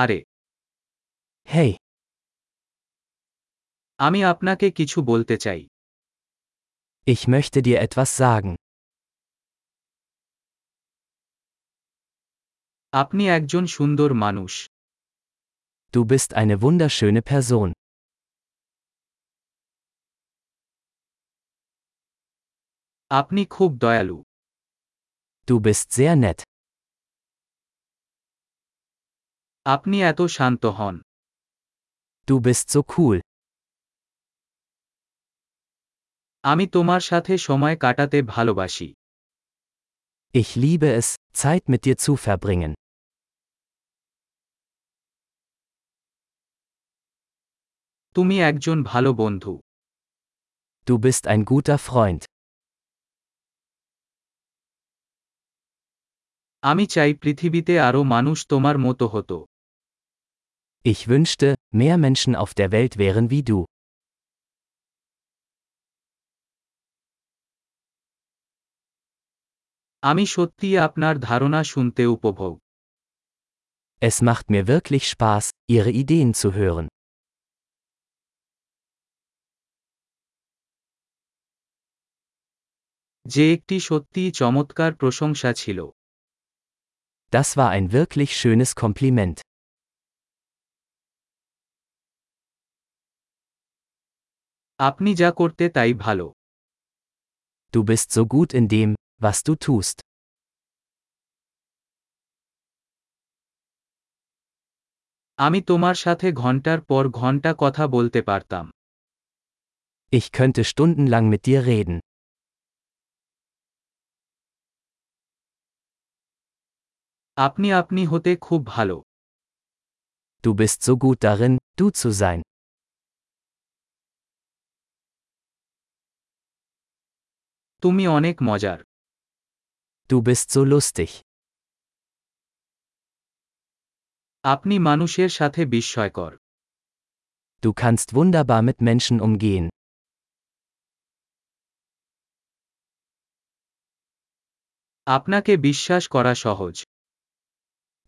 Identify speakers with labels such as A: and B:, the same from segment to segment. A: আরে
B: Hey,
A: আমি আপনাকে কিছু বলতে চাই
B: ich möchte dir etwas sagen.
A: আপনি একজন সুন্দর মানুষ
B: Du bist eine wunderschöne Person.
A: আপনি খুব দয়ালু
B: Du bist sehr nett.
A: আপনি এত শান্ত হন
B: Du bist so cool.
A: আমি তোমার সাথে সময় কাটাতে ভালোবাসি
B: Ich liebe es, Zeit mit dir zu verbringen.
A: তুমি একজন ভালো বন্ধু
B: Du bist ein guter Freund.
A: আমি চাই পৃথিবীতে আরও মানুষ তোমার মতো হতো
B: Ich wünschte, mehr Menschen auf der Welt wären wie du.
A: আমি সত্যিই আপনার ধারণা শুনতে উপভোগ
B: Es macht mir wirklich Spaß, ihre Ideen zu hören.
A: যে একটি সত্যিই চমৎকার প্রশংসা ছিল
B: Das war ein wirklich schönes Kompliment.
A: আপনি যা করতে তাই ভালো
B: Du bist so gut in dem, was du tust.
A: আমি তোমার সাথে ঘন্টার পর ঘন্টা কথা বলতে পারতাম
B: Ich könnte stundenlang mit dir reden.
A: আপনি আপনি হতে খুব ভালো
B: Du bist so gut darin, du zu sein.
A: তুমি অনেক মজার
B: Du bist so lustig.
A: আপনি মানুষের সাথে বিস্ময়কর
B: Du kannst wunderbar mit Menschen umgehen.
A: আপনাকে বিশ্বাস করা সহজ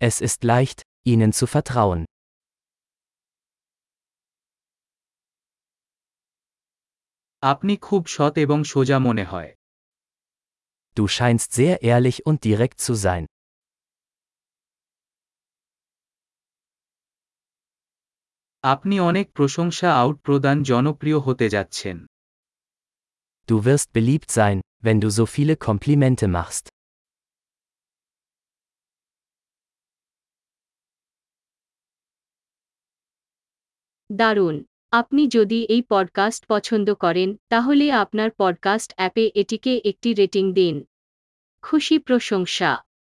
B: Es ist leicht, ihnen zu vertrauen.
A: আপনি খুব সৎ এবং সোজা মনে হয়
B: Du scheinst sehr ehrlich und direkt zu sein.
A: আপনি অনেক প্রশংসা আউট প্রদান জনপ্রিয় হতে যাচ্ছেন
B: Du wirst beliebt sein, wenn du so viele Komplimente machst.
C: দারুণ আপনি যদি এই পডকাস্ট পছন্দ করেন তাহলে আপনার পডকাস্ট অ্যাপে এটিকে একটি রেটিং দিন খুশি প্রশংসা